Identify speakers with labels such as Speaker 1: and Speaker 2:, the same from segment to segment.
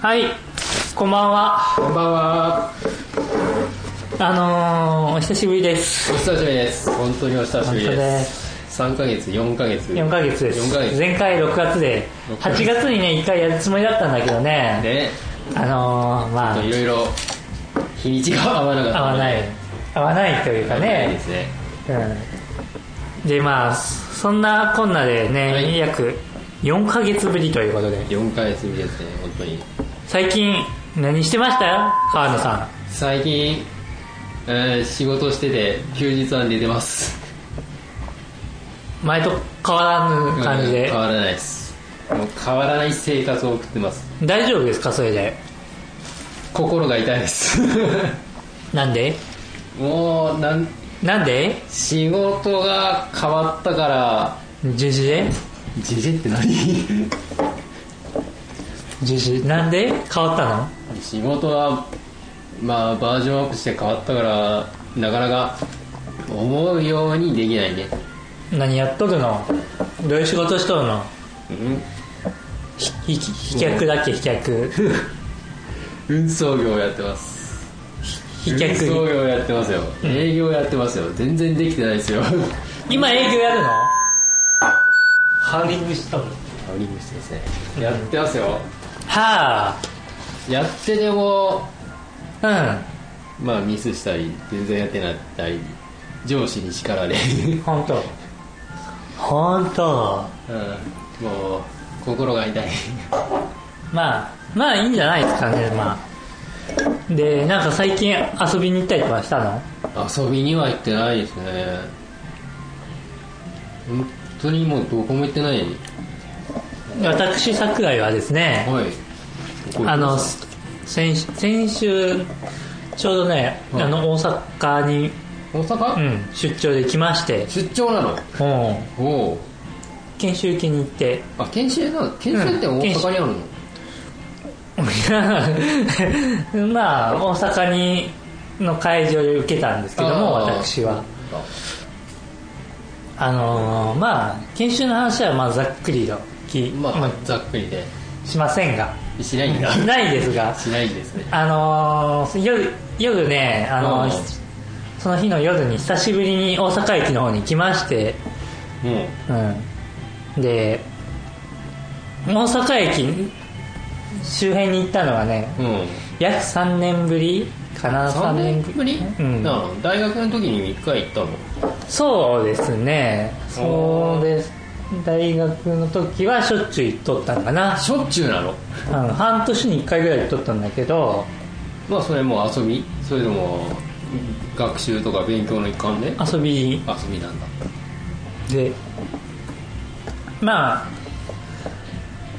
Speaker 1: はい、こんばんは。
Speaker 2: こんばんは。
Speaker 1: あのー、お久しぶりです。
Speaker 2: お久しぶりです。本当にお久しぶり
Speaker 1: 本当
Speaker 2: で。
Speaker 1: です
Speaker 2: 三ヶ月、四ヶ月。
Speaker 1: 4ヶ月です。
Speaker 2: 四ヶ月。
Speaker 1: 前回6月で、
Speaker 2: 6
Speaker 1: 8
Speaker 2: 月
Speaker 1: 月にね、1回やるつもりだったんだけどね、
Speaker 2: ね、
Speaker 1: あのー、ま
Speaker 2: いろいろ日にちが合わなかっ
Speaker 1: あ、
Speaker 2: た。
Speaker 1: 合わない。合わないという
Speaker 2: 合
Speaker 1: か
Speaker 2: わないで
Speaker 1: ね、
Speaker 2: すね。
Speaker 1: うん。で、まあ、そんなこんなでね、
Speaker 2: はい
Speaker 1: 約4ヶ月ぶりということで、
Speaker 2: 四ヶ月ぶりですね、本当に。
Speaker 1: 最近、何してました川野さ
Speaker 2: 最近、えー仕事してて、休日は寝てます。
Speaker 1: ん。前と変わらぬ感じ
Speaker 2: うん
Speaker 1: で
Speaker 2: 変。わらないです。もう変わらない生活を送ってます。
Speaker 1: 大丈夫ですかそれで。
Speaker 2: 心が痛いです。
Speaker 1: なんで
Speaker 2: もう、なん、
Speaker 1: なんで
Speaker 2: 仕事が変わったから、
Speaker 1: 十字で
Speaker 2: ジジって何
Speaker 1: 十字なんで変わったの
Speaker 2: 仕事は、まあ、バージョンアップして変わったからなかなか思うようにできないね、
Speaker 1: 何やっとるのどういう仕事しとるの
Speaker 2: う
Speaker 1: ひひ飛脚だっけ飛脚
Speaker 2: ん、運送業やって ます
Speaker 1: 飛
Speaker 2: 運送
Speaker 1: 脚
Speaker 2: 業やってますよ、営業やってますよ全然できてないですよハ
Speaker 1: 今営業やるのハーリングしとる
Speaker 2: ウリングしてますねやってますよ
Speaker 1: は
Speaker 2: やってでも
Speaker 1: あ
Speaker 2: まあミスしたり全然やってなかったり上司に叱られ、
Speaker 1: うん本当本当
Speaker 2: うん、もう心が痛い
Speaker 1: まあまあいいんじゃないですかねまあでなんか最近遊びに行ったりとかしたの
Speaker 2: 遊びには行ってないですね本当にもうどこも行ってない
Speaker 1: 私桜井はですね、
Speaker 2: はい
Speaker 1: あの先先週ちょうどね、
Speaker 2: うん
Speaker 1: あの大阪に、
Speaker 2: 大阪、
Speaker 1: うん、出張で来まして、
Speaker 2: 出張な
Speaker 1: う
Speaker 2: の
Speaker 1: ん、
Speaker 2: おお
Speaker 1: 研修受けに行って
Speaker 2: あ研修なの研修って大阪にあるの、
Speaker 1: まあ大阪にの会場で受けたんですけども
Speaker 2: あー
Speaker 1: 私はあのーまあ研修の話はまあざっくりとき、
Speaker 2: ま
Speaker 1: ま
Speaker 2: あ、ざっくりで
Speaker 1: あしませんが
Speaker 2: しないんだ
Speaker 1: ないですが
Speaker 2: しないんですね
Speaker 1: あのー夜夜ね、あのー
Speaker 2: うん
Speaker 1: その日の夜に久しぶりに大阪駅の方に来まして、
Speaker 2: もう
Speaker 1: うん、で大阪駅周辺に行ったのはね
Speaker 2: うん
Speaker 1: 約3年ぶりかな3
Speaker 2: 3
Speaker 1: 年
Speaker 2: 年
Speaker 1: ぶり
Speaker 2: ぶり、
Speaker 1: うん
Speaker 2: なの大学の時に1回行ったの
Speaker 1: そうですねそうです大学の時はしょっちゅう行っとったんかな、
Speaker 2: しょっちゅうなの
Speaker 1: うん、半年に1回ぐらい行っとったんだけど
Speaker 2: まあそれも遊びそれでも学習とか勉強の一環で
Speaker 1: 遊び
Speaker 2: 遊びなんだ
Speaker 1: でまあ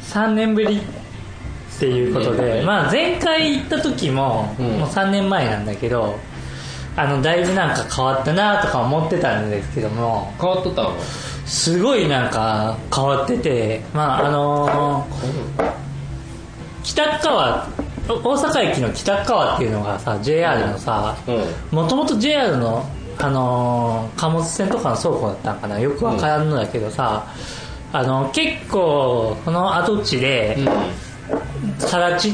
Speaker 1: 3年ぶりっていうことで、
Speaker 2: ね
Speaker 1: まあ、前回行った時も、
Speaker 2: うん
Speaker 1: もう3年前なんだけどあのだいぶなんか変わったなとか思ってたんですけども
Speaker 2: 変わっとったの
Speaker 1: すごいなんか変わっててまああのー北川お大阪駅の北川っていうのがさ JR のさ
Speaker 2: うん
Speaker 1: もともと JR の、あのー貨物船とかの倉庫だったんかなよくわからんのだけどさ、あの結構この跡地で
Speaker 2: う
Speaker 1: 更地っ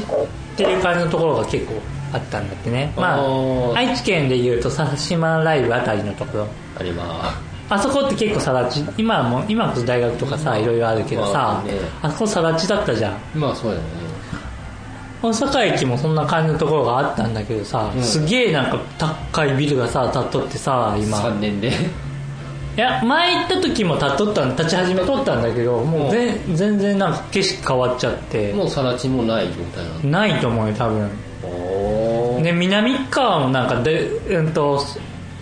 Speaker 1: ていう感じのところが結構あったんだってねま
Speaker 2: お
Speaker 1: あ
Speaker 2: ー
Speaker 1: 愛知県でいうと佐島ライブあたりのところ
Speaker 2: ん、あります
Speaker 1: あそこって結構更地今はもう今こそ大学とかさいろいろあるけど
Speaker 2: ま
Speaker 1: さ
Speaker 2: あね
Speaker 1: あそこ更地だったじゃん
Speaker 2: まあそうだよね
Speaker 1: 大阪駅もそんな感じのところがあったんだけどさ、
Speaker 2: うん
Speaker 1: すげえなんか高いビルがさ立っとってさ今
Speaker 2: 3年で
Speaker 1: いや前行った時も立っとったん立ち始めとったんだけどもうぜん全然なんか景色変わっちゃって
Speaker 2: もうさら地もない状態なんだ
Speaker 1: ないと思うよ多分
Speaker 2: おお
Speaker 1: で南側もなんかで、うん、と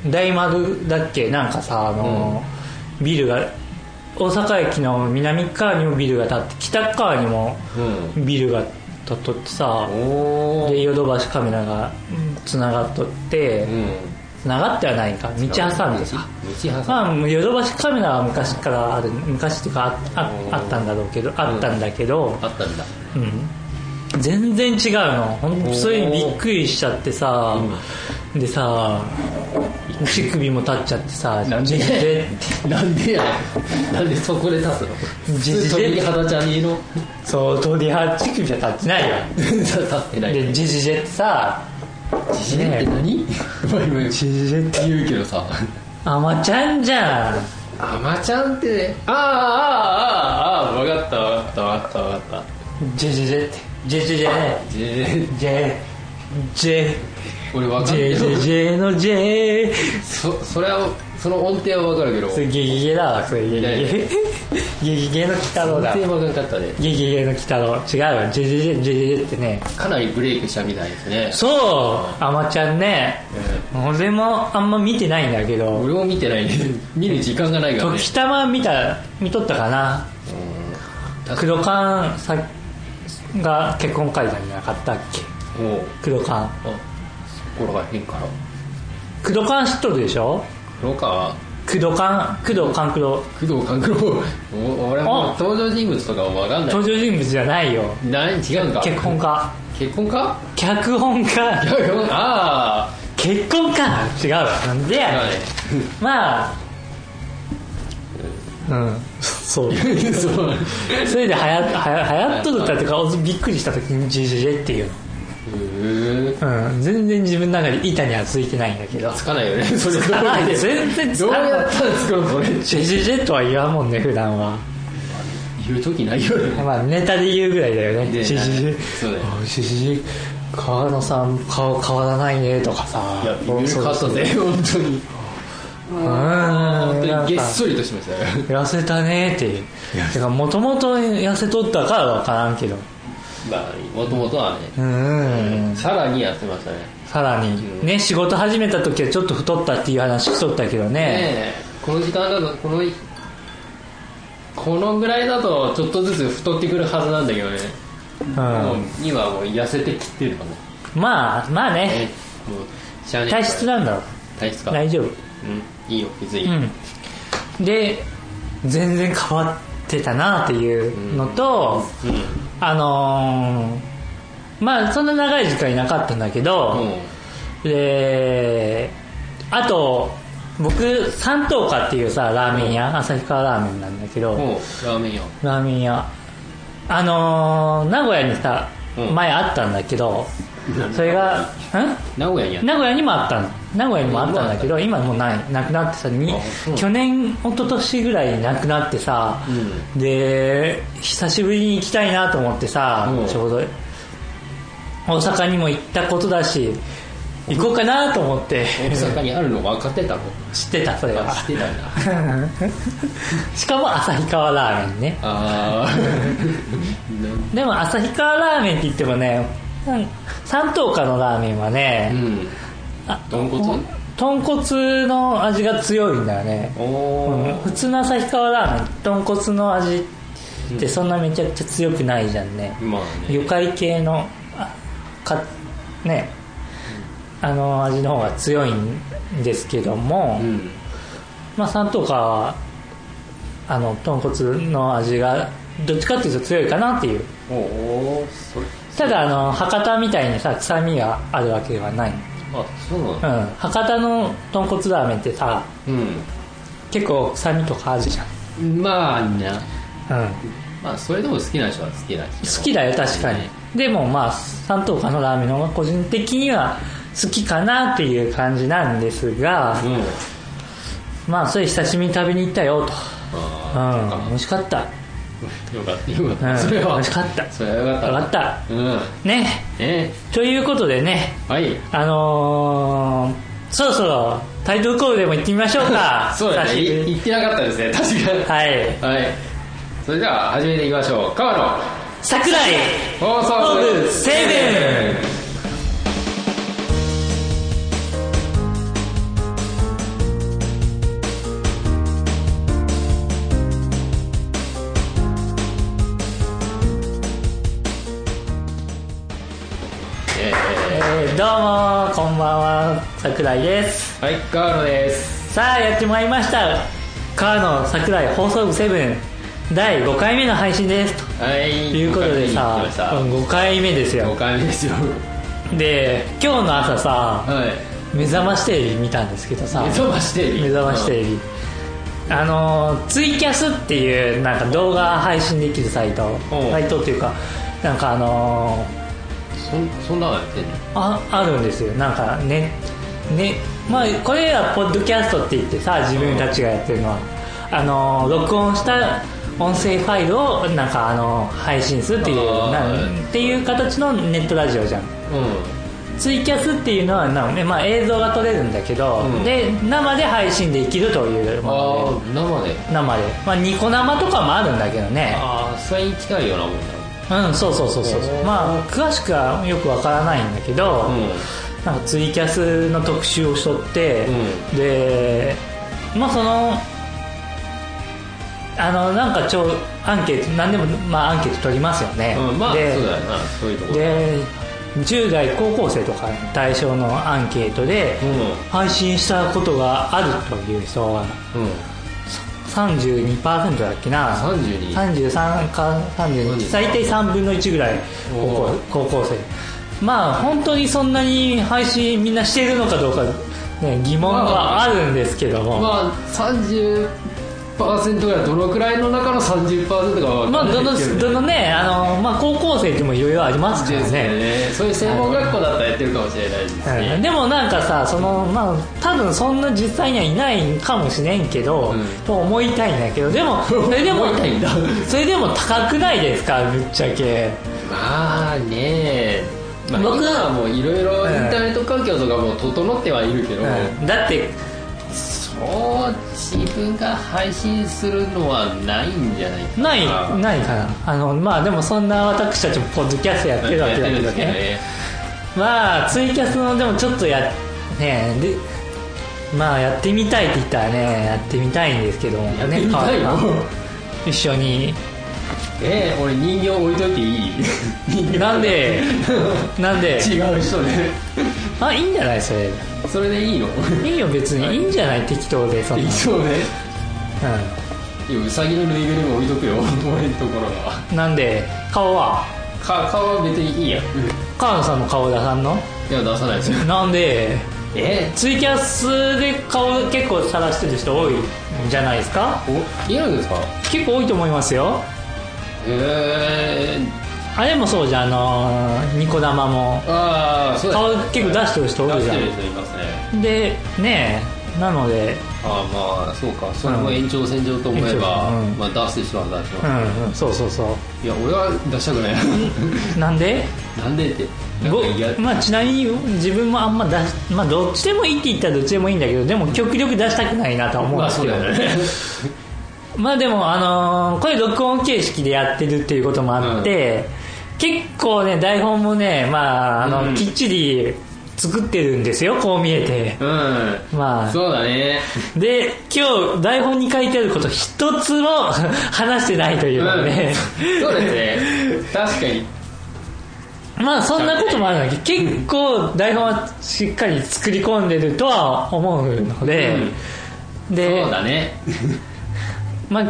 Speaker 1: 大丸だっけなんかさあの、ビルが大阪駅の南側にもビルが建って北側にも
Speaker 2: うん
Speaker 1: ビルが建っとってさ
Speaker 2: おお
Speaker 1: でヨドバシカメラがつながっとって
Speaker 2: うん
Speaker 1: つながってはないか道挟んでさ
Speaker 2: 道挟ん
Speaker 1: まあ、ヨドバシカメラは昔からある昔っていうかあああったんだろうけどあったんだけど、
Speaker 2: あったんだ
Speaker 1: うん全然違うのほん
Speaker 2: おー
Speaker 1: それにびっくりしちゃってさ、でさ足首も立っちゃってさ
Speaker 2: なん
Speaker 1: ジェ
Speaker 2: で
Speaker 1: ジェジ
Speaker 2: なんでやなんでそこで立つの
Speaker 1: じ
Speaker 2: 普通鳥肌ちゃんにの
Speaker 1: ェそう鳥肌足首は立ってないよ
Speaker 2: 立ってない
Speaker 1: でジェジェジェってさ
Speaker 2: 自信っ て何
Speaker 1: ジ
Speaker 2: 今
Speaker 1: ェジェジェって
Speaker 2: 言うけどさ
Speaker 1: あまちゃんじゃん
Speaker 2: アマちゃんってああああああ分かった分かった分かった分かっ
Speaker 1: ジェジェジェってジェジェジェ
Speaker 2: たジェ
Speaker 1: ジェジェ
Speaker 2: 俺分か
Speaker 1: ジ
Speaker 2: んない
Speaker 1: ェジェジェのジェ
Speaker 2: そそれはその音程は分かるけど
Speaker 1: それゲゲゲだわそれゲゲゲ
Speaker 2: いやい
Speaker 1: ゲゲゲの鬼太郎
Speaker 2: 音
Speaker 1: だ
Speaker 2: 程分かんかったね
Speaker 1: ゲゲゲの鬼太郎違うよジェジェジェジェジェジェってね
Speaker 2: かなりブレイクしたみたいですね
Speaker 1: そうあまちゃんね俺もあんま見てないんだけど
Speaker 2: 俺も見てないね見る時間がないからね
Speaker 1: 時たま見た見とったかな
Speaker 2: 確
Speaker 1: 黒缶さが結婚会談じゃなかったっけ
Speaker 2: もう
Speaker 1: 黒缶
Speaker 2: あそこらへんから
Speaker 1: 黒缶知っとるでしょ
Speaker 2: 黒川
Speaker 1: 黒缶黒缶黒
Speaker 2: 工藤官九郎お俺も
Speaker 1: あ
Speaker 2: 登場人物とか分かんな
Speaker 1: 登場人物じゃないよ
Speaker 2: い何違うんか
Speaker 1: 結婚家
Speaker 2: 結婚か
Speaker 1: 脚本家
Speaker 2: 結婚ああ
Speaker 1: 結婚か違うわなんでやねんまあうんそう
Speaker 2: はい そう
Speaker 1: それではやはや流行っとるったっていうかびっくりした時にジェジェジェっていう
Speaker 2: うー
Speaker 1: の、うん、全然自分の中で板にはついてないんだけど
Speaker 2: つかないよねそれ
Speaker 1: つかない
Speaker 2: どうやっ
Speaker 1: 全然つ
Speaker 2: どう
Speaker 1: かない
Speaker 2: やったら作るのそれ
Speaker 1: ジェジェジェとは言わんもんね普段は
Speaker 2: 言う時ないよね
Speaker 1: まあネタで言うぐらいだよね
Speaker 2: で
Speaker 1: ジェジェジェ
Speaker 2: そうだよ
Speaker 1: あジェジェジェ川野さん顔変わらないねとかさ
Speaker 2: いやいろいろ変わったぜ本当に
Speaker 1: うん
Speaker 2: 本当
Speaker 1: なん
Speaker 2: にげっ
Speaker 1: か
Speaker 2: そりとしましたよ
Speaker 1: 痩せたねっていうてかもともと痩せとったからわからんけど
Speaker 2: まあもともとはね
Speaker 1: うん
Speaker 2: さらにやってましたね
Speaker 1: さらにね仕事始めた時はちょっと太ったっていう話しとったけどね
Speaker 2: ねえこの時間だとこのこのぐらいだとちょっとずつ太ってくるはずなんだけどね
Speaker 1: うん
Speaker 2: もう今はもう痩せてきてるかも
Speaker 1: まあまあね
Speaker 2: ねもうしゃあねえから
Speaker 1: 体質なんだろう
Speaker 2: 体質か
Speaker 1: 大丈夫
Speaker 2: うんいいよ別に
Speaker 1: うんで全然変わってたなっていうのと、
Speaker 2: うん
Speaker 1: あのーまあそんな長い時間いなかったんだけど、
Speaker 2: うん
Speaker 1: であと僕三等家っていうさラーメン屋旭川ラーメンなんだけど、
Speaker 2: もうラーメン屋
Speaker 1: ラーメン屋あのー名古屋にさ
Speaker 2: うん
Speaker 1: 前あったんだけど、
Speaker 2: うん
Speaker 1: それがん
Speaker 2: 名古屋にあっ
Speaker 1: 名古屋にもあったの名古屋にもあったんだけど今もうないなくなってさに
Speaker 2: あそう
Speaker 1: 去年一昨年ぐらいになくなってさ、
Speaker 2: う
Speaker 1: で久しぶりに行きたいなと思ってさ、
Speaker 2: うん
Speaker 1: ちょうど大阪にも行ったことだし行こうかなと思って
Speaker 2: 大阪にあるの分かって たの
Speaker 1: 知ってたそれは
Speaker 2: あ知ってたんだ
Speaker 1: しかも旭川ラーメンね
Speaker 2: あ あ
Speaker 1: でも旭川ラーメンって言ってもねなん三等家のラーメンは
Speaker 2: う
Speaker 1: ね、
Speaker 2: ん
Speaker 1: あ
Speaker 2: 豚骨
Speaker 1: 豚骨の味が強いんだよね、
Speaker 2: お
Speaker 1: うん
Speaker 2: お
Speaker 1: 普通の旭川ラーメン豚骨の味ってそんなめちゃくちゃ強くないじゃんね、
Speaker 2: まあね
Speaker 1: 魚介系のあかねあの味の方が強いんですけども、
Speaker 2: うん
Speaker 1: まあ三等家はあの豚骨の味がどっちかっていうと強いかなっていう
Speaker 2: おおそれ
Speaker 1: ただあの博多みたいにさ臭みがあるわけではない、
Speaker 2: あそうな
Speaker 1: う
Speaker 2: の
Speaker 1: ん、博多の豚骨ラーメンってさ結構臭みとかあるじ
Speaker 2: うんまあ
Speaker 1: ゃ
Speaker 2: な
Speaker 1: ん、うん、
Speaker 2: まあそれでも好きな人は好きだ
Speaker 1: 好きだよ確かにでもまあ三等家のラーメンの方が個人的には好きかなっていう感じなんですが
Speaker 2: うん
Speaker 1: まあそれ久しぶりに食べに行ったよとうん
Speaker 2: あ
Speaker 1: 美味しかった
Speaker 2: あよかったよかっ
Speaker 1: うん
Speaker 2: たそれ
Speaker 1: 美
Speaker 2: は
Speaker 1: 味しかった
Speaker 2: それはよ
Speaker 1: 分
Speaker 2: か
Speaker 1: か
Speaker 2: っ
Speaker 1: った
Speaker 2: たうん
Speaker 1: ね
Speaker 2: え
Speaker 1: ということでね
Speaker 2: はい
Speaker 1: あのー、そろそろタイトルコールでも行ってみましょうか
Speaker 2: そうだ
Speaker 1: 久
Speaker 2: ね
Speaker 1: しぶり
Speaker 2: い言ってなかったですね確かに
Speaker 1: はい
Speaker 2: はい。それでは始めていきましょう。川
Speaker 1: 桜井
Speaker 2: 野放送部
Speaker 1: セブ
Speaker 2: え
Speaker 1: えーどうもこんばんは桜井です
Speaker 2: ーはい、川野です。
Speaker 1: さあやってまいりました川野桜井放送部セブン第5回目の配信ですと
Speaker 2: はい。
Speaker 1: ということで
Speaker 2: 五回目に行き
Speaker 1: さ
Speaker 2: ました
Speaker 1: うん5回目です
Speaker 2: 五
Speaker 1: よ
Speaker 2: 回目ですよ。
Speaker 1: で今日の朝さ
Speaker 2: は
Speaker 1: 目覚ましテレビ見たんですけどさ
Speaker 2: 目覚ましテレビ
Speaker 1: 目覚ましテレビあのーツイキャスっていうなんか動画配信できるサイト
Speaker 2: うん
Speaker 1: サイトっていうかなんかあのー
Speaker 2: そそんなのやってんの
Speaker 1: ああるんですよなんかねねまあこれはポッドキャストって言ってさ自分たちがやってるのはあのー録音した音声ファイルをなんかあのー配信するっていう
Speaker 2: あ
Speaker 1: なん
Speaker 2: ー
Speaker 1: っていう形のネットラジオじゃんツイキャスっていうのはな、ねまあ、映像が撮れるんだけど、
Speaker 2: うん
Speaker 1: で生で配信できるという
Speaker 2: うん
Speaker 1: もの
Speaker 2: ああ生で
Speaker 1: で生で、まあ、ニコ生とかもあるんだけどね
Speaker 2: ああそれに近いようなもんだ
Speaker 1: うんそうそうそうそう
Speaker 2: へー
Speaker 1: まあ詳しくはよくわからないんだけど、
Speaker 2: うん
Speaker 1: なんかツイキャスの特集をしとって、
Speaker 2: う
Speaker 1: でまあそのあのなんか超アンケート何でも、まあ、アンケート取りますよね、
Speaker 2: うん、まあそう
Speaker 1: で
Speaker 2: だよなそういうとこ
Speaker 1: で10代高校生とか対象のアンケートで、配信したことがあるという人が
Speaker 2: うんうん
Speaker 1: 32%だっけな
Speaker 2: 32
Speaker 1: 33か32最低3分の1ぐらい高
Speaker 2: お
Speaker 1: 校
Speaker 2: ー
Speaker 1: 高校生まあ本当にそんなに配信みんなしているのかどうか、ね、疑問はあるんですけども、まあ
Speaker 2: まあ30%ぐらいどのくらいの中の30%かは分かんない
Speaker 1: どの
Speaker 2: ですけ
Speaker 1: どのねあの、まあ、高校生でもいろいろありますから
Speaker 2: で
Speaker 1: ね
Speaker 2: すねそういう専門学校だったらやってるかもしれないです
Speaker 1: うん
Speaker 2: ね
Speaker 1: でもなんかさそのまあ多分そんな実際にはいないかもしれんけど、
Speaker 2: うん
Speaker 1: と思いたいんだけどで もそれでも
Speaker 2: 思いたいんだ
Speaker 1: それでも高くないですかぶっちゃけ
Speaker 2: まあねまあ、
Speaker 1: 僕
Speaker 2: 僕はもういろいろ
Speaker 1: うん
Speaker 2: インターネット環境とかも整ってはいるけど、
Speaker 1: うんだって
Speaker 2: そう自分が配信するのはないんじゃないか
Speaker 1: ない
Speaker 2: あ
Speaker 1: ないかなあのまあでもそんな私たちもポッドキャストやってるわけだけ
Speaker 2: やって
Speaker 1: ど
Speaker 2: るんですけど
Speaker 1: ね
Speaker 2: ね
Speaker 1: まあツイキャスのでもちょっとやねでまあやってみたいって言ったらねやってみたいんですけどもね
Speaker 2: やってみたいよ
Speaker 1: 川田さん一緒に
Speaker 2: え俺人形置いといていい人形
Speaker 1: なんで なんで
Speaker 2: 違う人で
Speaker 1: あいいんじゃないそれ
Speaker 2: それでいいの
Speaker 1: いいよ別に
Speaker 2: はいい
Speaker 1: いんじゃない適当でそんな、
Speaker 2: そうねいやウサギのぬいぐるみ置いとくよ俺のところは
Speaker 1: うん、なんで顔は
Speaker 2: か顔は別にいいやんい
Speaker 1: 川野さんの顔出さんの
Speaker 2: や出さないですよ
Speaker 1: なんで
Speaker 2: え
Speaker 1: ツイキャスで顔結構晒してる人多いんじゃないですか
Speaker 2: おいるんですか
Speaker 1: 結構多いと思いますよ
Speaker 2: え
Speaker 1: あれもそうじゃんあのーニコ生も
Speaker 2: ー、ああそう
Speaker 1: 顔
Speaker 2: です
Speaker 1: 結構出してる人多いじゃ
Speaker 2: 出してる人いますね
Speaker 1: んでねえなので
Speaker 2: ああまあそうかそれも延長線上と思えば、
Speaker 1: うん延長
Speaker 2: まあ、出してしまう出してし
Speaker 1: う
Speaker 2: まう、
Speaker 1: ん、うん、そうそうそ
Speaker 2: いや俺は出したくない
Speaker 1: うなんで
Speaker 2: なんでってなん
Speaker 1: ぼ
Speaker 2: か嫌
Speaker 1: まあ、ちなみに自分もあんま出し、まあ、どっちでもいいって言ったらどっちでもいいんだけどでも極力出したくないなとは思うんで
Speaker 2: まあ
Speaker 1: す
Speaker 2: そ
Speaker 1: け
Speaker 2: う
Speaker 1: ど、
Speaker 2: だよね
Speaker 1: まあでも、あのーこれ録音形式でやってるっていうこともあって、結構ね台本もね、まああの
Speaker 2: うん
Speaker 1: きっちり作ってるんですよこう見えて
Speaker 2: うん
Speaker 1: まあ
Speaker 2: そうだね。
Speaker 1: で今日台本に書いてあること一つも 話してないというのね、
Speaker 2: うんそうですね。確かに。
Speaker 1: まあそんなこともあるんだけど結構台本はしっかり作り込んでるとは思うので、で
Speaker 2: そうだね。
Speaker 1: まあ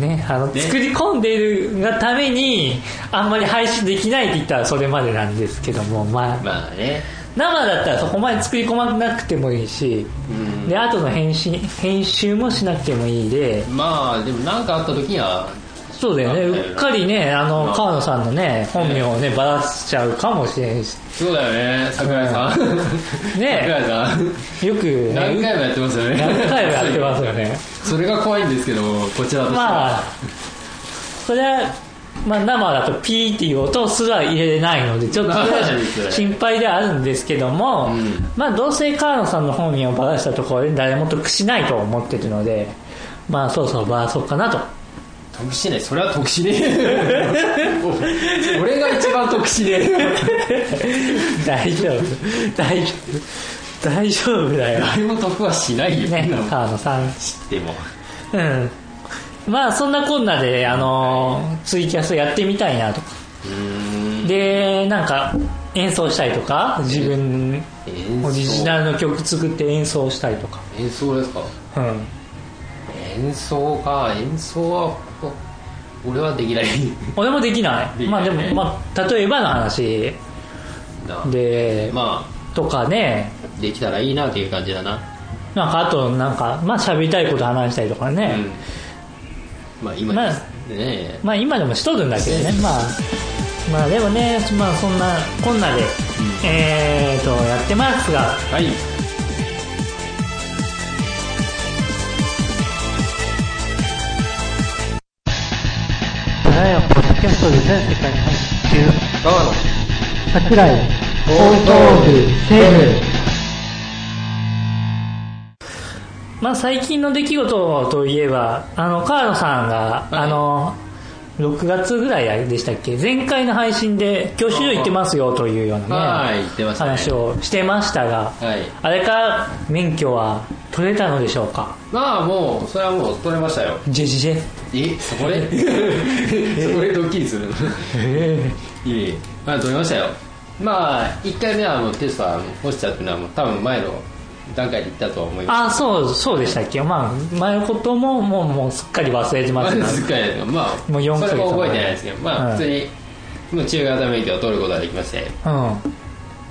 Speaker 1: ねあの
Speaker 2: ね
Speaker 1: 作り込んでいるがためにあんまり配信できないって言ったらそれまでなんですけどもまあ
Speaker 2: まあね。
Speaker 1: 生だったらそこまで作り込まなくてもいいし
Speaker 2: うん
Speaker 1: で後の編集編集もしなくてもいいで
Speaker 2: まあ、でも何かあった時には、
Speaker 1: そうだよね
Speaker 2: そうだね
Speaker 1: うっかりねあ
Speaker 2: う
Speaker 1: の
Speaker 2: ん
Speaker 1: 川野さんのね本名をねばらしちゃうかもしれんし
Speaker 2: そうだよね、桜井さん。
Speaker 1: ね
Speaker 2: 桜井さん。
Speaker 1: よくね
Speaker 2: 何回もやってますよね。
Speaker 1: 何回もやってますよね
Speaker 2: それが怖いんですけど、こちらとしては。
Speaker 1: まあそれはまあ、生だとピーっていう音すら入れれないのでちょっとそれ
Speaker 2: そうです
Speaker 1: は
Speaker 2: ね
Speaker 1: 心配ではあるんですけども、
Speaker 2: うん
Speaker 1: まあどうせ川野さんの本名をばらしたところで誰も得しないと思ってるのでまあそろそろばらそうかな と
Speaker 2: 特殊ね、それは特殊 ね。お俺が一番特殊ね。
Speaker 1: 大丈夫大丈夫大丈夫だよ
Speaker 2: 誰も得はしないよ。
Speaker 1: ね
Speaker 2: そんなの
Speaker 1: 川野さん
Speaker 2: でも。
Speaker 1: うんまあそんなこんなであのツイキャスやってみたいなとか
Speaker 2: うーん。
Speaker 1: でなんか演奏したりとか自分
Speaker 2: 演奏
Speaker 1: オリジナルの曲作って演奏したりとか、
Speaker 2: 演奏ですか
Speaker 1: うん、
Speaker 2: 演奏か演奏は俺はできない
Speaker 1: 俺もできない
Speaker 2: でき
Speaker 1: ま
Speaker 2: ない
Speaker 1: あでも、まあ、例えばの話
Speaker 2: な
Speaker 1: で、
Speaker 2: ま
Speaker 1: とかね
Speaker 2: できたらいいなっていう感じだな、
Speaker 1: なんかあとなんかまあ喋りたいこと話したりとかね、
Speaker 2: うん、まあ今
Speaker 1: ま
Speaker 2: で
Speaker 1: あ
Speaker 2: すね、
Speaker 1: まあ今でもしとるんだけどね、まあ、まあでもね、まあそんなこんなで、えーと、やってますが、
Speaker 2: はい
Speaker 1: ライオンポッドキャストで全世界配信中、
Speaker 2: 川野
Speaker 1: 桜井、
Speaker 2: 放送部
Speaker 1: セブまあ最近の出来事といえば、あの、河野さんが、
Speaker 2: はい
Speaker 1: あの、6月ぐらいでしたっけ前回の配信で、教習所行ってますよというような
Speaker 2: は
Speaker 1: ね、
Speaker 2: い言ってましたね
Speaker 1: 話をしてましたが、
Speaker 2: はい
Speaker 1: あれから免許は取れたのでしょうか
Speaker 2: まあもうそれはもう取れましたよ
Speaker 1: ジェジェジェ
Speaker 2: えそこで そこでドッキリするの
Speaker 1: え
Speaker 2: いえいえまあ取れましたよまあ1回目はもうテストは落ちたっていうのはもう多分前の段階で言ったとは思います
Speaker 1: あ、そう、そうでしたっけまあ、前のことも、もう、もうすっかり忘れてます
Speaker 2: ま
Speaker 1: が
Speaker 2: あ、すっかりですまあ
Speaker 1: もう四ヶ月
Speaker 2: それも覚えてないですけどま
Speaker 1: は
Speaker 2: あ
Speaker 1: い
Speaker 2: 普通に、もう中型免許を取ることができまして
Speaker 1: うん。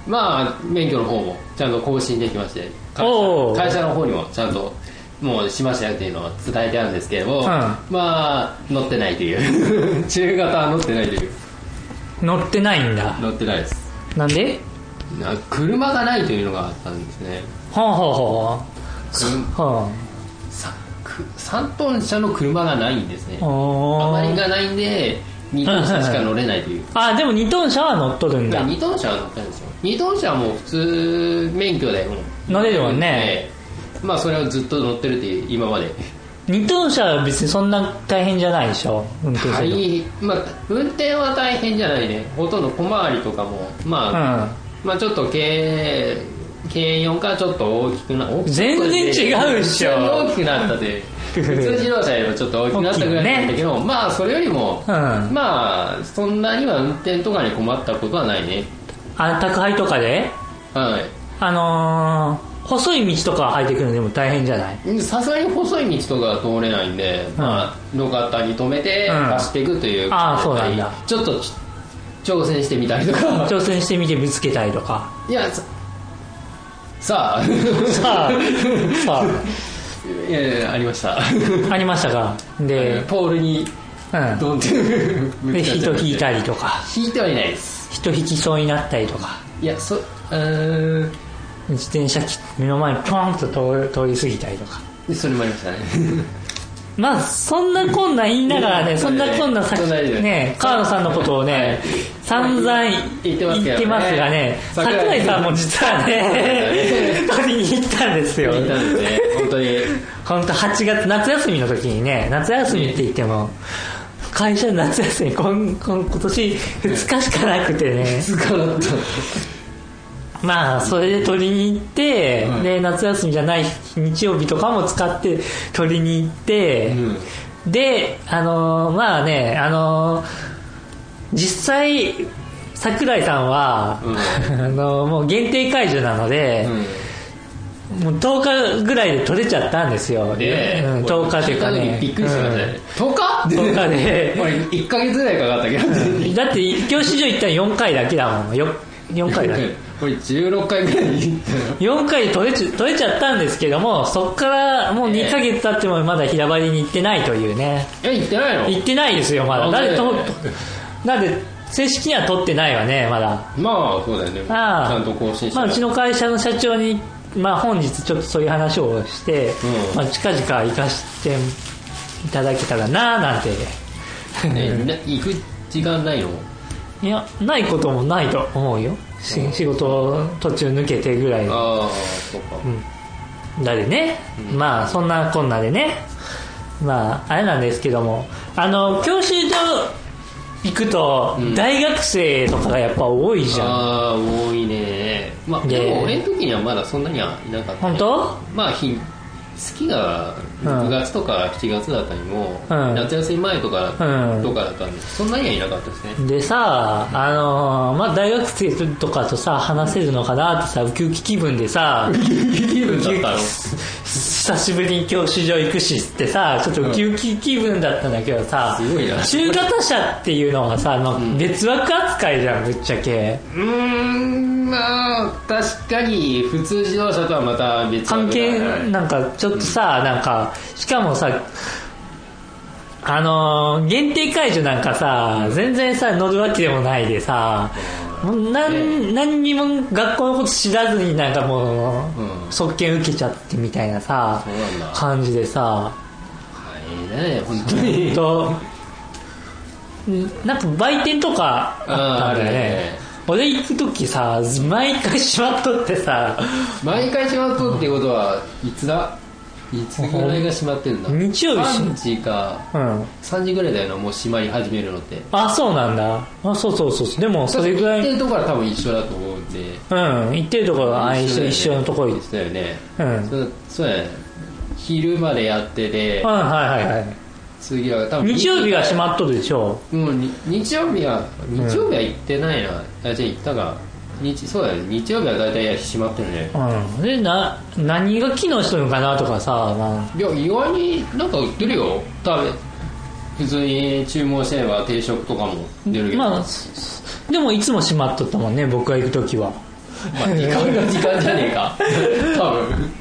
Speaker 2: まあ免許の方もちゃんと更新できまして会
Speaker 1: お
Speaker 2: 社
Speaker 1: ー
Speaker 2: 会社の方にもちゃんともうしましたよっていうのは伝えてあるんですけれども、
Speaker 1: ん
Speaker 2: まあ乗ってないという 中型は乗ってないという
Speaker 1: 乗ってないんだ。
Speaker 2: 乗ってないです
Speaker 1: なんで
Speaker 2: な車がないというのがあったんですね
Speaker 1: ほうほうほ
Speaker 2: く
Speaker 1: うほう。
Speaker 2: さく三トン車の車がないんですね
Speaker 1: うん。
Speaker 2: あま
Speaker 1: お
Speaker 2: り
Speaker 1: ー
Speaker 2: がないんで2トン車しか乗れないという
Speaker 1: あ、でも二トン車は乗っとるんだ。
Speaker 2: 2トン車は乗ったんですよ2トン車はもう普通免許でもう
Speaker 1: 乗れるもんね
Speaker 2: ええまあそれをずっと乗ってるっていう今まで
Speaker 1: 二トン車は別にそんな大変じゃないでしょ運転す
Speaker 2: 大
Speaker 1: る
Speaker 2: 変まあ運転は大変じゃないねほとんど小回りとかもま
Speaker 1: の。
Speaker 2: あ、まあちょっと軽軽4からちょっと大きくな大きく
Speaker 1: 全然違うっしょ
Speaker 2: 大きくなったで普通自動車よりもちょっと大きくなったぐらいなんだけど、まあそれよりも、
Speaker 1: うん。うん。
Speaker 2: まあそんなには運転とかに困ったことはないね
Speaker 1: あ、宅配とかで
Speaker 2: はい
Speaker 1: あのー、細い道とか入ってくるのでも大変じゃない
Speaker 2: さすがに細い道とかは通れないんで、まあ、路肩に止めて
Speaker 1: うん
Speaker 2: 走っていくという、
Speaker 1: あーそうなんだ
Speaker 2: ちょっとち挑戦してみたり とか
Speaker 1: 挑戦してみてぶつけたりとか。
Speaker 2: いやささあ
Speaker 1: さあ、さ
Speaker 2: いやいやありました
Speaker 1: あ、ありましたかで、
Speaker 2: ポールに
Speaker 1: う
Speaker 2: ドンって
Speaker 1: ん。
Speaker 2: ぶ
Speaker 1: で、
Speaker 2: つか
Speaker 1: 人
Speaker 2: っちゃって
Speaker 1: 引いたりとか、
Speaker 2: 引いてはいないです
Speaker 1: 人引きそうになったりとか、
Speaker 2: いやそうーん
Speaker 1: 自転車き目の前にポンと通通り過ぎたりとか。
Speaker 2: それもありましたね
Speaker 1: まあ、そんなこんなん言いながら
Speaker 2: う
Speaker 1: ね、
Speaker 2: ん
Speaker 1: そんなこんなさっ
Speaker 2: そ
Speaker 1: き
Speaker 2: んなにね
Speaker 1: ね、河野さんのことをね、散々
Speaker 2: 言ってますけどね
Speaker 1: 言ってますがね、
Speaker 2: 桜井
Speaker 1: 桜井さんも実はね、取りに行ったんですよ。
Speaker 2: 引いたんですね本当に
Speaker 1: 本当8月夏休みの時にね夏休みって言っても会社の夏休み今今今年2日しかなくてね
Speaker 2: つかだっ
Speaker 1: まあそれで取りに行って、
Speaker 2: はい
Speaker 1: で夏休みじゃない日日曜日とかも使って取りに行って、
Speaker 2: た、うん、
Speaker 1: であのーまあねあのー実際桜井さんは、
Speaker 2: う ん
Speaker 1: あのーもう限定解除なので、
Speaker 2: うん
Speaker 1: もう10日ぐらいで取れちゃったんですよ。
Speaker 2: で、
Speaker 1: うん、10日というかね。
Speaker 2: びっくりしましたね。
Speaker 1: うん
Speaker 2: 10
Speaker 1: 10日
Speaker 2: 日
Speaker 1: で。
Speaker 2: 俺、1ヶ月ぐらいかかったけど、
Speaker 1: だって、教師所行ったら4回だけだもん。よ4回だけ。
Speaker 2: 俺16回ぐらいに行ったよ。
Speaker 1: 4回で取れち取れちゃったんですけども、そっからもう2ヶ月経ってもまだ平場に行ってないというね。
Speaker 2: え、行ってないの
Speaker 1: 行ってないですよ、まだ。
Speaker 2: あ
Speaker 1: だって
Speaker 2: そう
Speaker 1: と
Speaker 2: だよね、
Speaker 1: なんで、正式には取ってないわね、まだ。
Speaker 2: まあ、そうだよね。ち
Speaker 1: ああ
Speaker 2: ゃんと更新して
Speaker 1: まあ、う
Speaker 2: ない。
Speaker 1: ちの会社の社長に、まあ、本日ちょっとそういう話をして、
Speaker 2: うん
Speaker 1: まあ、近々行かしていただけたらなぁなんて。
Speaker 2: ねな行く時間ないの
Speaker 1: いや、ないこともないと思うよ。し仕事途中抜けてぐらい
Speaker 2: ああ、そっか。
Speaker 1: だでね。まあ、そんなこんなでね。まあ、あれなんですけども、あの、教習所行くと
Speaker 2: う、ん
Speaker 1: 大学生とかがやっぱ多いじゃん。
Speaker 2: ああ、多いね。まあ、
Speaker 1: ね
Speaker 2: でも俺の時にはまだそんなにはいなかった。
Speaker 1: 本当
Speaker 2: まあ、ひ月が6月とか7月だったりも、
Speaker 1: うん
Speaker 2: 夏休み前とか、
Speaker 1: うん
Speaker 2: とかだったんで、そんなにはいなかったですね。
Speaker 1: でさ、あのーまあ、大学生とかとさ、話せるのかなってさ、ウキウキ気分でさ、
Speaker 2: 気分だったの
Speaker 1: し久しぶりに教習所行くしってさちょっとウキウキ気分だったんだけどさ、
Speaker 2: うんすごいな
Speaker 1: 中型車っていうのがさ、まあ
Speaker 2: ん
Speaker 1: 別枠扱いじゃんぶっちゃけ
Speaker 2: うーんまあ確かに普通自動車とはまた別
Speaker 1: 関係
Speaker 2: ない
Speaker 1: なんかちょっとさ、なんかしかもさあのー限定解除なんかさ、全然さ乗るわけでもないでさ、もうなん
Speaker 2: ね
Speaker 1: 何にも学校のこと知らずになんかもう、
Speaker 2: うん
Speaker 1: 即権受けちゃってみたいなさ
Speaker 2: そうなんだ
Speaker 1: 感じでさ
Speaker 2: 大変だね本当
Speaker 1: えっ
Speaker 2: に
Speaker 1: とんなんか売店とかあったんだよ
Speaker 2: あーある
Speaker 1: ね
Speaker 2: ね
Speaker 1: 俺行く時さ毎回閉まっとってさ
Speaker 2: 毎回閉まっとうってことはいつだいつぐらいが閉まってんだ
Speaker 1: 日曜日閉ま
Speaker 2: 3時か
Speaker 1: うん
Speaker 2: 3時ぐらいだよなもう閉まり始めるのって
Speaker 1: あそうなんだあそうそうそうそうでもそれぐら
Speaker 2: 行って
Speaker 1: い
Speaker 2: るところは多分一緒だと思うんで
Speaker 1: うん行ってるところはあ一緒一緒のところ
Speaker 2: ろ
Speaker 1: に
Speaker 2: ですよね
Speaker 1: うんうん
Speaker 2: そうそうだね昼までやってて
Speaker 1: はいはいはい
Speaker 2: 次は多分
Speaker 1: 日曜日が閉まっとるでしょ
Speaker 2: もうに日曜日は日曜日は行ってないな、あじゃあ行ったか日そうだね日曜日は大体閉まってるね
Speaker 1: うんでな何が機能しとるのかなとかさま
Speaker 2: いや意外になんか売ってるよ多分普通に注文してれば定食とかも出るけ
Speaker 1: あ
Speaker 2: ど、
Speaker 1: まあそそでもいつも閉まっとったもんね僕が行く時は
Speaker 2: まあ時間が 時間じゃねえか多分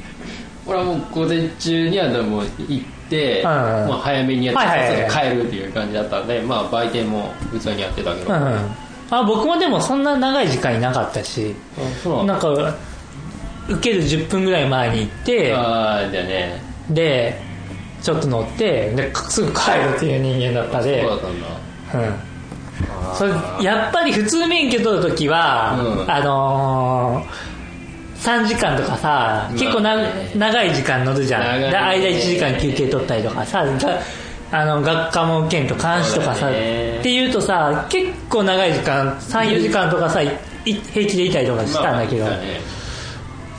Speaker 2: 俺はもう午前中にはでも行って、
Speaker 1: うんうん
Speaker 2: まあ、早めにやって、
Speaker 1: はいはいはい
Speaker 2: さっさと帰るっていう感じだったんでまあ売店も普通にやってたけど、
Speaker 1: う
Speaker 2: あ
Speaker 1: んあ僕もでもそんな長い時間いなかったし
Speaker 2: そうなんだ
Speaker 1: なんか受ける10分ぐらい前に行って
Speaker 2: ああじゃあね
Speaker 1: でちょっと乗ってですぐ帰るっていう人間だったで
Speaker 2: そうだったんだ
Speaker 1: うん
Speaker 2: あー
Speaker 1: それやっぱり普通免許取るときは、
Speaker 2: うん
Speaker 1: あのー、3時間とかさ結構な、
Speaker 2: まあね
Speaker 1: 長い時間乗るじゃん、
Speaker 2: 長いね
Speaker 1: で間1時間休憩取ったりとかさがあの学科も受けんと監視とか
Speaker 2: そ
Speaker 1: さ、
Speaker 2: うだね
Speaker 1: っていうとさ結構長い時間34時間とかさいい平気でいたりとかしたんだけど、
Speaker 2: まあね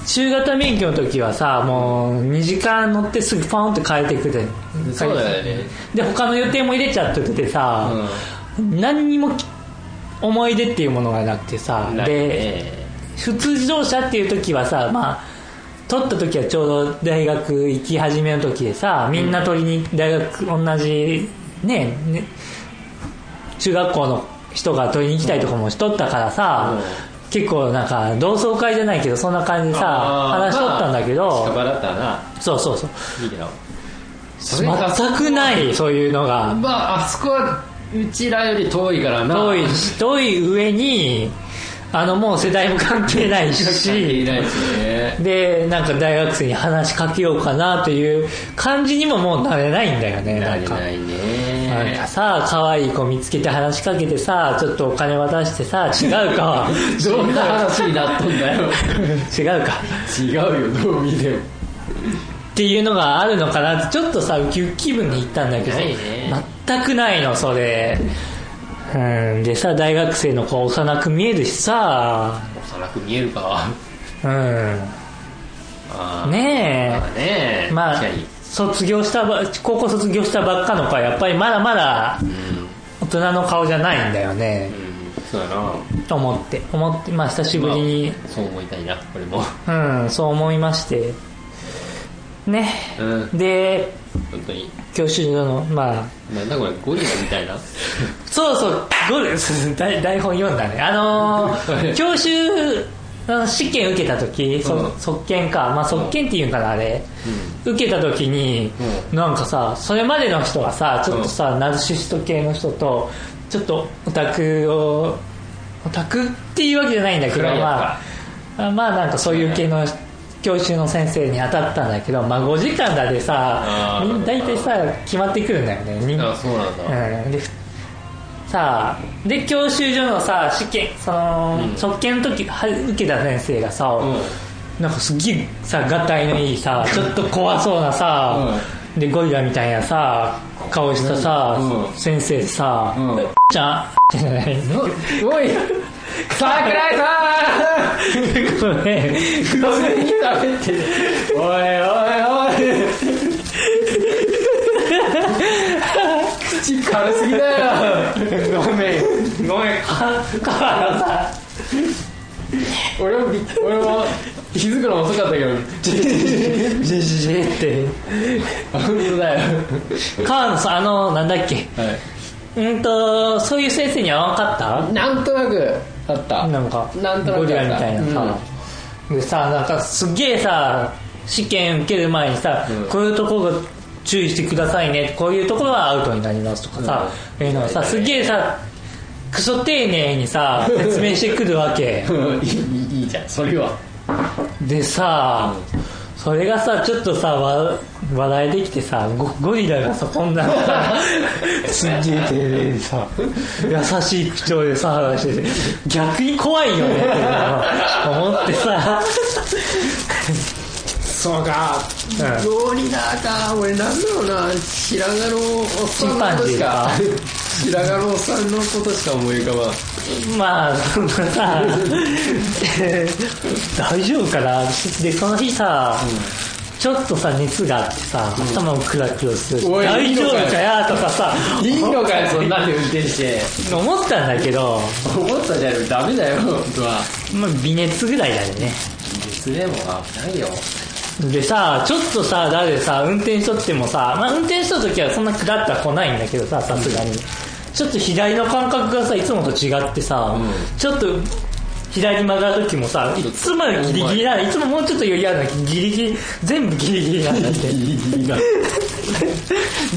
Speaker 1: 中型免許の時はさもう2時間乗ってすぐパーンって帰ってくる
Speaker 2: そうだよね
Speaker 1: で他の予定も入れちゃっててさ、何にもき思い出っていうものがなくてさ
Speaker 2: うん
Speaker 1: で普通自動車っていう時はさまあ取った時はちょうど大学行き始めの時でさみんな取りに大学同じねね中学校の人が取りに来たりとかもしとったからさ、結構なんか同窓会じゃないけどそんな感じでさ
Speaker 2: あー
Speaker 1: 話しとったんだけど、
Speaker 2: まあ近場だったな
Speaker 1: そうそうそう
Speaker 2: いいけどそれが
Speaker 1: 全くないそういうのが
Speaker 2: まああそこはうちらより遠いからな
Speaker 1: 遠い遠い上にあのもう世代も関係ない
Speaker 2: しい
Speaker 1: し
Speaker 2: ないですね
Speaker 1: でなんか大学生に話しかけようかなという感じにももうなれないんだよね
Speaker 2: な
Speaker 1: なん
Speaker 2: れ
Speaker 1: か
Speaker 2: ないね
Speaker 1: なんかさ可愛い子見つけて話しかけてさちょっとお金渡してさ違うか
Speaker 2: どんな話になっとんだよ
Speaker 1: 違うか
Speaker 2: 違うよどう見ても
Speaker 1: っていうのがあるのかなってちょっとさウキウキ気分に行ったんだけど
Speaker 2: ないね
Speaker 1: 全くないのそれうんでさ大学生の子幼く見えるしさ
Speaker 2: 幼く見えるか
Speaker 1: うん
Speaker 2: あー
Speaker 1: ね
Speaker 2: まあね
Speaker 1: え、まあ
Speaker 2: 確かに、
Speaker 1: 卒業したば、高校卒業したばっかの子は、やっぱりまだまだ
Speaker 2: うん
Speaker 1: 大人の顔じゃないんだよね、
Speaker 2: うんそうだな
Speaker 1: と思って、思って、まあ、久しぶりに、
Speaker 2: まあそう思いたいな俺も
Speaker 1: うん、そう思いまして、ね。
Speaker 2: うん
Speaker 1: で、
Speaker 2: 本当に
Speaker 1: 教習所の、まあ、
Speaker 2: なんだこれゴリラみたいな
Speaker 1: そうそう、 ゴル台台本読んだね。あの ー教習、あの試験受けた時、そ
Speaker 2: うん
Speaker 1: 即検か、まあ即検っていうんかな、あれ。受けた時に、なんかさそれまでの人がさちょっとさ、ナルシスト系の人とちょっとオタクをオタクっていうわけじゃないんだけど
Speaker 2: 暗いやつか
Speaker 1: まあまあなんかそういう系の教習の先生に当たったんだけどまあ5時間だでさ
Speaker 2: あー
Speaker 1: みん大体さ決まってくるんだよね人
Speaker 2: あそうなんだ
Speaker 1: うん、でさあで教習所のさ試験その、
Speaker 2: うん
Speaker 1: 即検の時は受けた先生がさ、
Speaker 2: うん
Speaker 1: なんかすっげえさがたいのいいさちょっと怖そうなさ、でゴリラみたいなさ顔したさ、
Speaker 2: うん
Speaker 1: 先生さ、
Speaker 2: うん
Speaker 1: ちゃんじゃない
Speaker 2: おい桜井さ
Speaker 1: ごめん
Speaker 2: ん普通に喋ってるおいおいおい口軽すぎだよごめん
Speaker 1: ごめんか川原さ
Speaker 2: 俺もびっ俺も気づくの遅かったけど
Speaker 1: ジェジェって
Speaker 2: あ本当だよ
Speaker 1: 川野さんあのなんだっけ
Speaker 2: は
Speaker 1: うんとそういう先生に合わんかった
Speaker 2: いなんとなくあった
Speaker 1: なんか
Speaker 2: なんとなくあった
Speaker 1: ゴリラみたいなさ、でさなんかすっげえさ試験受ける前にさ、
Speaker 2: うん
Speaker 1: こういうところ注意してくださいねこういうところはアウトになりますとかさ、いうのをさすっげえさクソ丁寧にさ説明してくるわけ
Speaker 2: うん いいいいじゃんそれは
Speaker 1: でさ、それがさちょっとさわ笑えてきてさゴゴリラがさこん なさすっげえ丁寧にさ優しい口調でさ話してて逆に怖いよねって思って さ
Speaker 2: そうか、
Speaker 1: うん
Speaker 2: ゴリラか俺なんだろうな白髪のおっさんのことしか白髪のおっさんのことしか思い浮かばん
Speaker 1: まあそんなさ大丈夫かなでその日さ、ちょっとさ熱があってさ頭をクラクラするし、
Speaker 2: おい
Speaker 1: 大丈夫
Speaker 2: いいの
Speaker 1: か
Speaker 2: か
Speaker 1: やとかさ
Speaker 2: いいのかよそんなんで運転して
Speaker 1: 思ったんだけど、
Speaker 2: 思ったじゃんダメだよ本当は
Speaker 1: まあ、微熱ぐらいだよね
Speaker 2: 別でも危ないよ
Speaker 1: でさちょっとさだってさ運転しとってもさ、まあ、運転しとる時はそんな下ったら来ないんだけどささすがに、ちょっと左の感覚がさいつもと違ってさ、
Speaker 2: うん
Speaker 1: ちょっと左に曲がる時もさいつもよりギリギリないつももうちょっと余裕あるのにギリギリ全部ギリギリなんだって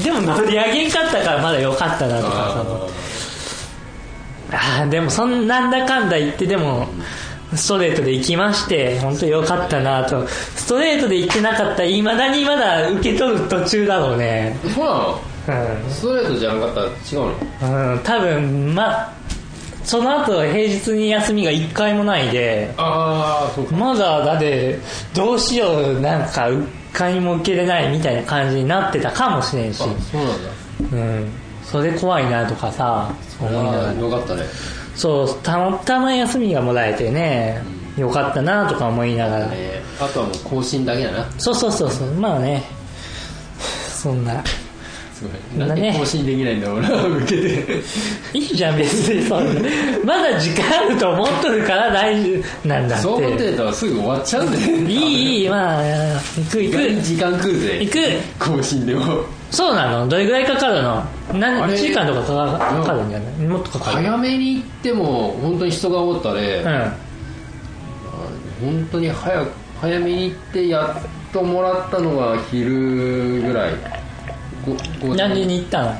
Speaker 1: でも乗り上げんかったからまだ良かったなとかさあーでもそんなんだかんだ言ってでもストレートで行きまして本当に良かったなとストレートで行ってなかったいまだにまだ受け取る途中だろうね
Speaker 2: ほら
Speaker 1: うん、
Speaker 2: ストレートじゃなかったら違うの
Speaker 1: うん、多分まあその後平日に休みが1回もないで
Speaker 2: ああそうか
Speaker 1: まだだってどうしようなんか1回も受けれないみたいな感じになってたかもしれんし、
Speaker 2: そうなん
Speaker 1: う
Speaker 2: だ
Speaker 1: ん、それ怖いなとかさ思いながら
Speaker 2: あーよかったね
Speaker 1: そうたまたま休みがもらえてね、よかったなとか思いながら、
Speaker 2: ねあとはもう更新だけだな
Speaker 1: そうそうそうそうまあねそんな
Speaker 2: すごい
Speaker 1: だね
Speaker 2: なんで更新できないんだ俺は受けて
Speaker 1: いいじゃん別にそんなまだ時間あると思っとるから大丈夫なんだって
Speaker 2: そう思ってたらすぐ終わっちゃうんだよ
Speaker 1: いいいいまあ行く行
Speaker 2: 意外に
Speaker 1: く
Speaker 2: 時間食うぜ
Speaker 1: 行く
Speaker 2: 更新でも
Speaker 1: そうなのどれぐらいかかるの
Speaker 2: あ
Speaker 1: 何
Speaker 2: れ
Speaker 1: 時間とかかかかかるんじゃないもっとかかる
Speaker 2: 早めに行っても本当に人が多かったで、
Speaker 1: う
Speaker 2: 本当に早く早めに行ってやっともらったのが昼ぐらいごご
Speaker 1: ん何時に行ったの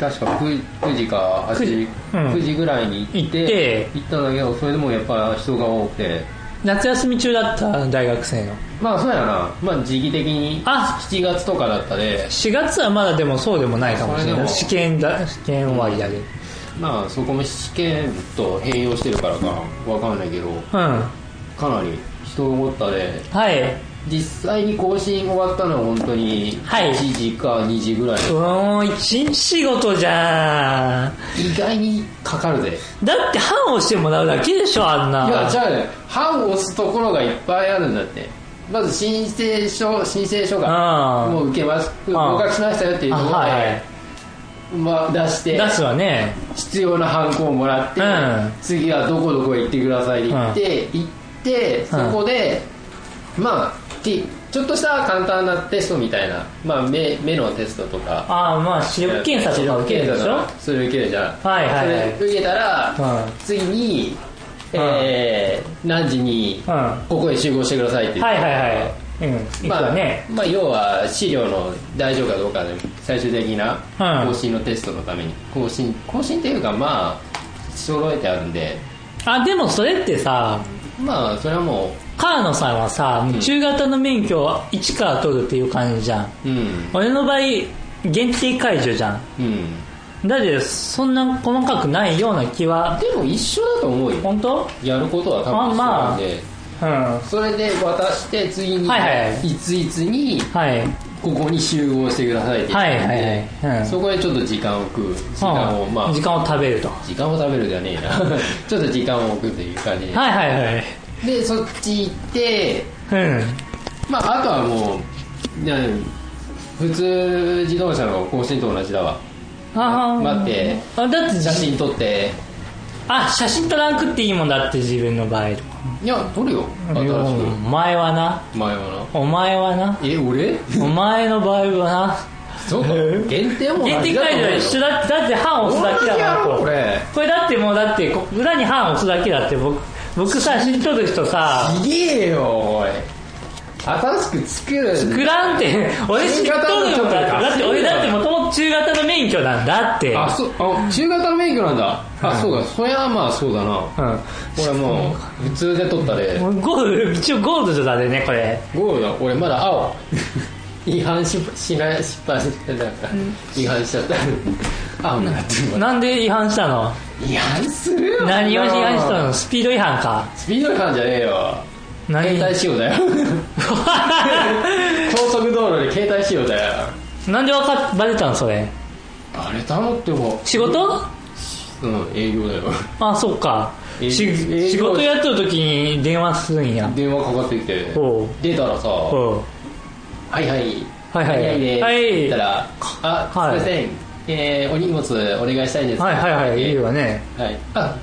Speaker 2: 確か 9, 9時か8時
Speaker 1: 9
Speaker 2: 9
Speaker 1: 時
Speaker 2: 時,、
Speaker 1: うん
Speaker 2: ぐらいに行って
Speaker 1: 行って
Speaker 2: 行ったんだけどそれでもやっぱ人が多くて
Speaker 1: 夏休み中だった大学生の
Speaker 2: まあそうやなまあ時期的に
Speaker 1: あ
Speaker 2: 7月とかだったで
Speaker 1: 4月はまだでもそうでもないかもしれ
Speaker 2: それ
Speaker 1: な
Speaker 2: で
Speaker 1: い
Speaker 2: も
Speaker 1: 試験だ試験終わりだけど
Speaker 2: まあそこも試験と併用してるからかわかんないけど
Speaker 1: うん
Speaker 2: かなり人が多かったで
Speaker 1: はい
Speaker 2: 実際に更新終わったのは本当に
Speaker 1: はい
Speaker 2: 1時か2時ぐらい、
Speaker 1: うーん一日仕事じゃん
Speaker 2: 意外にかかるぜ
Speaker 1: だって判をしてもらうだけでしょあんない
Speaker 2: や、じゃあね、判を押すところがいっぱいあるんだって。まず申請書、申請書
Speaker 1: あ
Speaker 2: が
Speaker 1: ー、
Speaker 2: もう受けます、
Speaker 1: ん
Speaker 2: 合格しましたよっていう
Speaker 1: あ
Speaker 2: ところ
Speaker 1: は
Speaker 2: で、
Speaker 1: い
Speaker 2: まあ、出して、
Speaker 1: 出すわね
Speaker 2: 必要な判コをもらって、
Speaker 1: うん
Speaker 2: 次はどこどこへ行ってくださいって言って、行って、そこで、まあ、てちょっとした簡単なテストみたいな、まあ、目目のテストとか、
Speaker 1: ああまあ視力検査とか受けるでし
Speaker 2: 視
Speaker 1: ょ
Speaker 2: 力検査とかそれ受けるじゃん。
Speaker 1: はいはいはい
Speaker 2: それ受けたら、
Speaker 1: うん
Speaker 2: 次に、えー何時に、
Speaker 1: うんは
Speaker 2: ここへ集合してくださいって
Speaker 1: い
Speaker 2: 言っ
Speaker 1: は
Speaker 2: て
Speaker 1: いはいうん行く
Speaker 2: ま
Speaker 1: わ
Speaker 2: あ
Speaker 1: ね
Speaker 2: まあ、要は資料の大丈夫かどうかで最終的な
Speaker 1: うん
Speaker 2: 更新のテストのために更新更新っていうかまあ揃えてあるんで
Speaker 1: あでもそれってさ
Speaker 2: まあそれはも
Speaker 1: 川野さんはさもううん中型の免許を一から取るっていう感じじゃん
Speaker 2: ううん
Speaker 1: 俺の場合限定解除じゃ
Speaker 2: うん
Speaker 1: んだってそんな細かくないような気は
Speaker 2: でも一緒だと思うよ
Speaker 1: 本当
Speaker 2: やることは多分一緒なんで、
Speaker 1: うん
Speaker 2: それで渡して次に、、
Speaker 1: はいはいはい
Speaker 2: ついつに
Speaker 1: はい
Speaker 2: ここに集合してくださいって言っ
Speaker 1: は
Speaker 2: て
Speaker 1: いはいはいうん
Speaker 2: そこでちょっと時間を食う時間を、
Speaker 1: うん
Speaker 2: まあ
Speaker 1: 時間を食べるとは
Speaker 2: 時間を食べるじゃねえな ちょっと時間を置くという感じで
Speaker 1: いはいはい
Speaker 2: でそっち行って
Speaker 1: うん
Speaker 2: まああとはもうな普通自動車の更新と同じだわ
Speaker 1: あー
Speaker 2: 待って
Speaker 1: あだって
Speaker 2: 写
Speaker 1: じ
Speaker 2: 真撮って
Speaker 1: あ写真撮らんくっていいもんだって自分の場合と
Speaker 2: いや撮るよ
Speaker 1: か
Speaker 2: 新しい
Speaker 1: お前はな
Speaker 2: 前は
Speaker 1: お前はな
Speaker 2: なえ俺
Speaker 1: お前の場合は
Speaker 2: そうか限定も
Speaker 1: な
Speaker 2: 同
Speaker 1: 限
Speaker 2: じ
Speaker 1: 定
Speaker 2: だと
Speaker 1: 解除
Speaker 2: 思うよ
Speaker 1: 一緒だってだって判押すだけだから
Speaker 2: 同じやろこれ
Speaker 1: これだってもうだってこ裏に判押すだけだって僕僕さ写真撮る人さ
Speaker 2: ちげえよおい新しく作る
Speaker 1: 作らんって俺知っとるよだってだって俺だってもともと中型の免許なんだって
Speaker 2: あそうあ中型の免許なんだあ
Speaker 1: うん
Speaker 2: そうかそりゃまあそうだな
Speaker 1: うん
Speaker 2: 俺もう普通で撮ったで
Speaker 1: もうゴールド一応ゴールドだでねこれ
Speaker 2: ゴールだ俺まだ 青違反ししない失敗してたから違反しちゃった青になってる
Speaker 1: なんで違反したの
Speaker 2: 違反するよ
Speaker 1: 何を違反した
Speaker 2: の
Speaker 1: のスピード違反か
Speaker 2: スピード違反じゃねえよ
Speaker 1: 何
Speaker 2: 携帯使用だよ高速道路で携帯使用だよ
Speaker 1: なんでわかっバレたのそれ
Speaker 2: あれだろっても
Speaker 1: 仕事
Speaker 2: ううん営業だよ
Speaker 1: あそうか
Speaker 2: え
Speaker 1: し
Speaker 2: え
Speaker 1: 仕事やっとる時に電話するんや
Speaker 2: 電話かかってきて
Speaker 1: おう
Speaker 2: 出たらさ「
Speaker 1: おう
Speaker 2: はいはい
Speaker 1: はいはい
Speaker 2: はいです」
Speaker 1: はい
Speaker 2: って言ったら「あすい
Speaker 1: はい
Speaker 2: ません、えーお荷物お願いしたいんです」
Speaker 1: はいはいはいいいわね
Speaker 2: はい、あ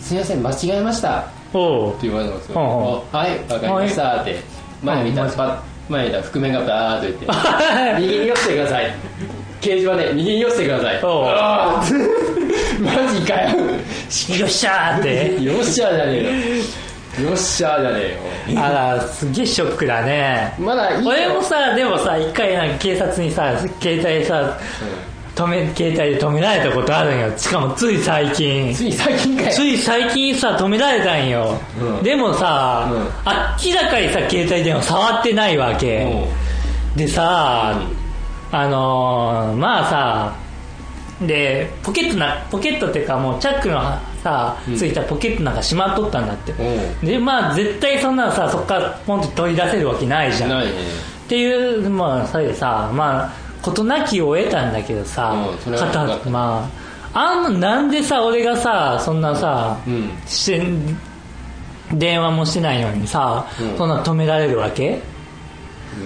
Speaker 2: すいません間違えましたって
Speaker 1: おう
Speaker 2: 言われたんですよ
Speaker 1: ほう
Speaker 2: あはいわかりましたって前見たらパッ前見たら覆面がバーッと言って右に寄ってください掲示板で右に寄ってください
Speaker 1: おう
Speaker 2: ああマジか
Speaker 1: よっしゃー って
Speaker 2: よよっしゃじゃねえよよっしゃじゃねえよ
Speaker 1: あらすげえショックだね
Speaker 2: まだいいよ
Speaker 1: 俺もさでもさ一回なんか警察にさ携帯さ止め携帯で止められたことあるんよしかもつい最近
Speaker 2: つい最近かよ
Speaker 1: つい最近さ止められたんよ、
Speaker 2: うん
Speaker 1: でもさ、
Speaker 2: うん
Speaker 1: 明らかにさ携帯電話触ってないわけ、でさ、あのーまあさでポケットなポケットっていうかもうチャックのさ
Speaker 2: うん
Speaker 1: ついたポケットなんかしまっとったんだって、
Speaker 2: うん
Speaker 1: でまあ絶対そんなのさそっからポンって取り出せるわけないじ
Speaker 2: うん
Speaker 1: ゃんっ
Speaker 2: ないね
Speaker 1: ていうまあそれでさまあ事なきを得たんだけどさ、
Speaker 2: うんそれはよかった
Speaker 1: まああんなんでさ俺がさそんなさ、
Speaker 2: うん
Speaker 1: して電話もしてないのにさ、
Speaker 2: うん
Speaker 1: そんな止められるわけ、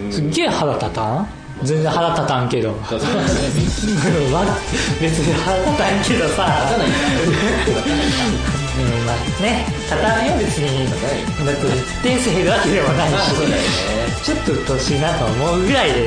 Speaker 2: うん
Speaker 1: すっげえ腹立たん全然腹立たんけどわ
Speaker 2: だから
Speaker 1: 別に腹立たんけどさうんまあね畳は別にだって一定数減るわけでもない
Speaker 2: まあ
Speaker 1: し
Speaker 2: そうだよね
Speaker 1: ちょっとうっとうしいなと思うぐらいで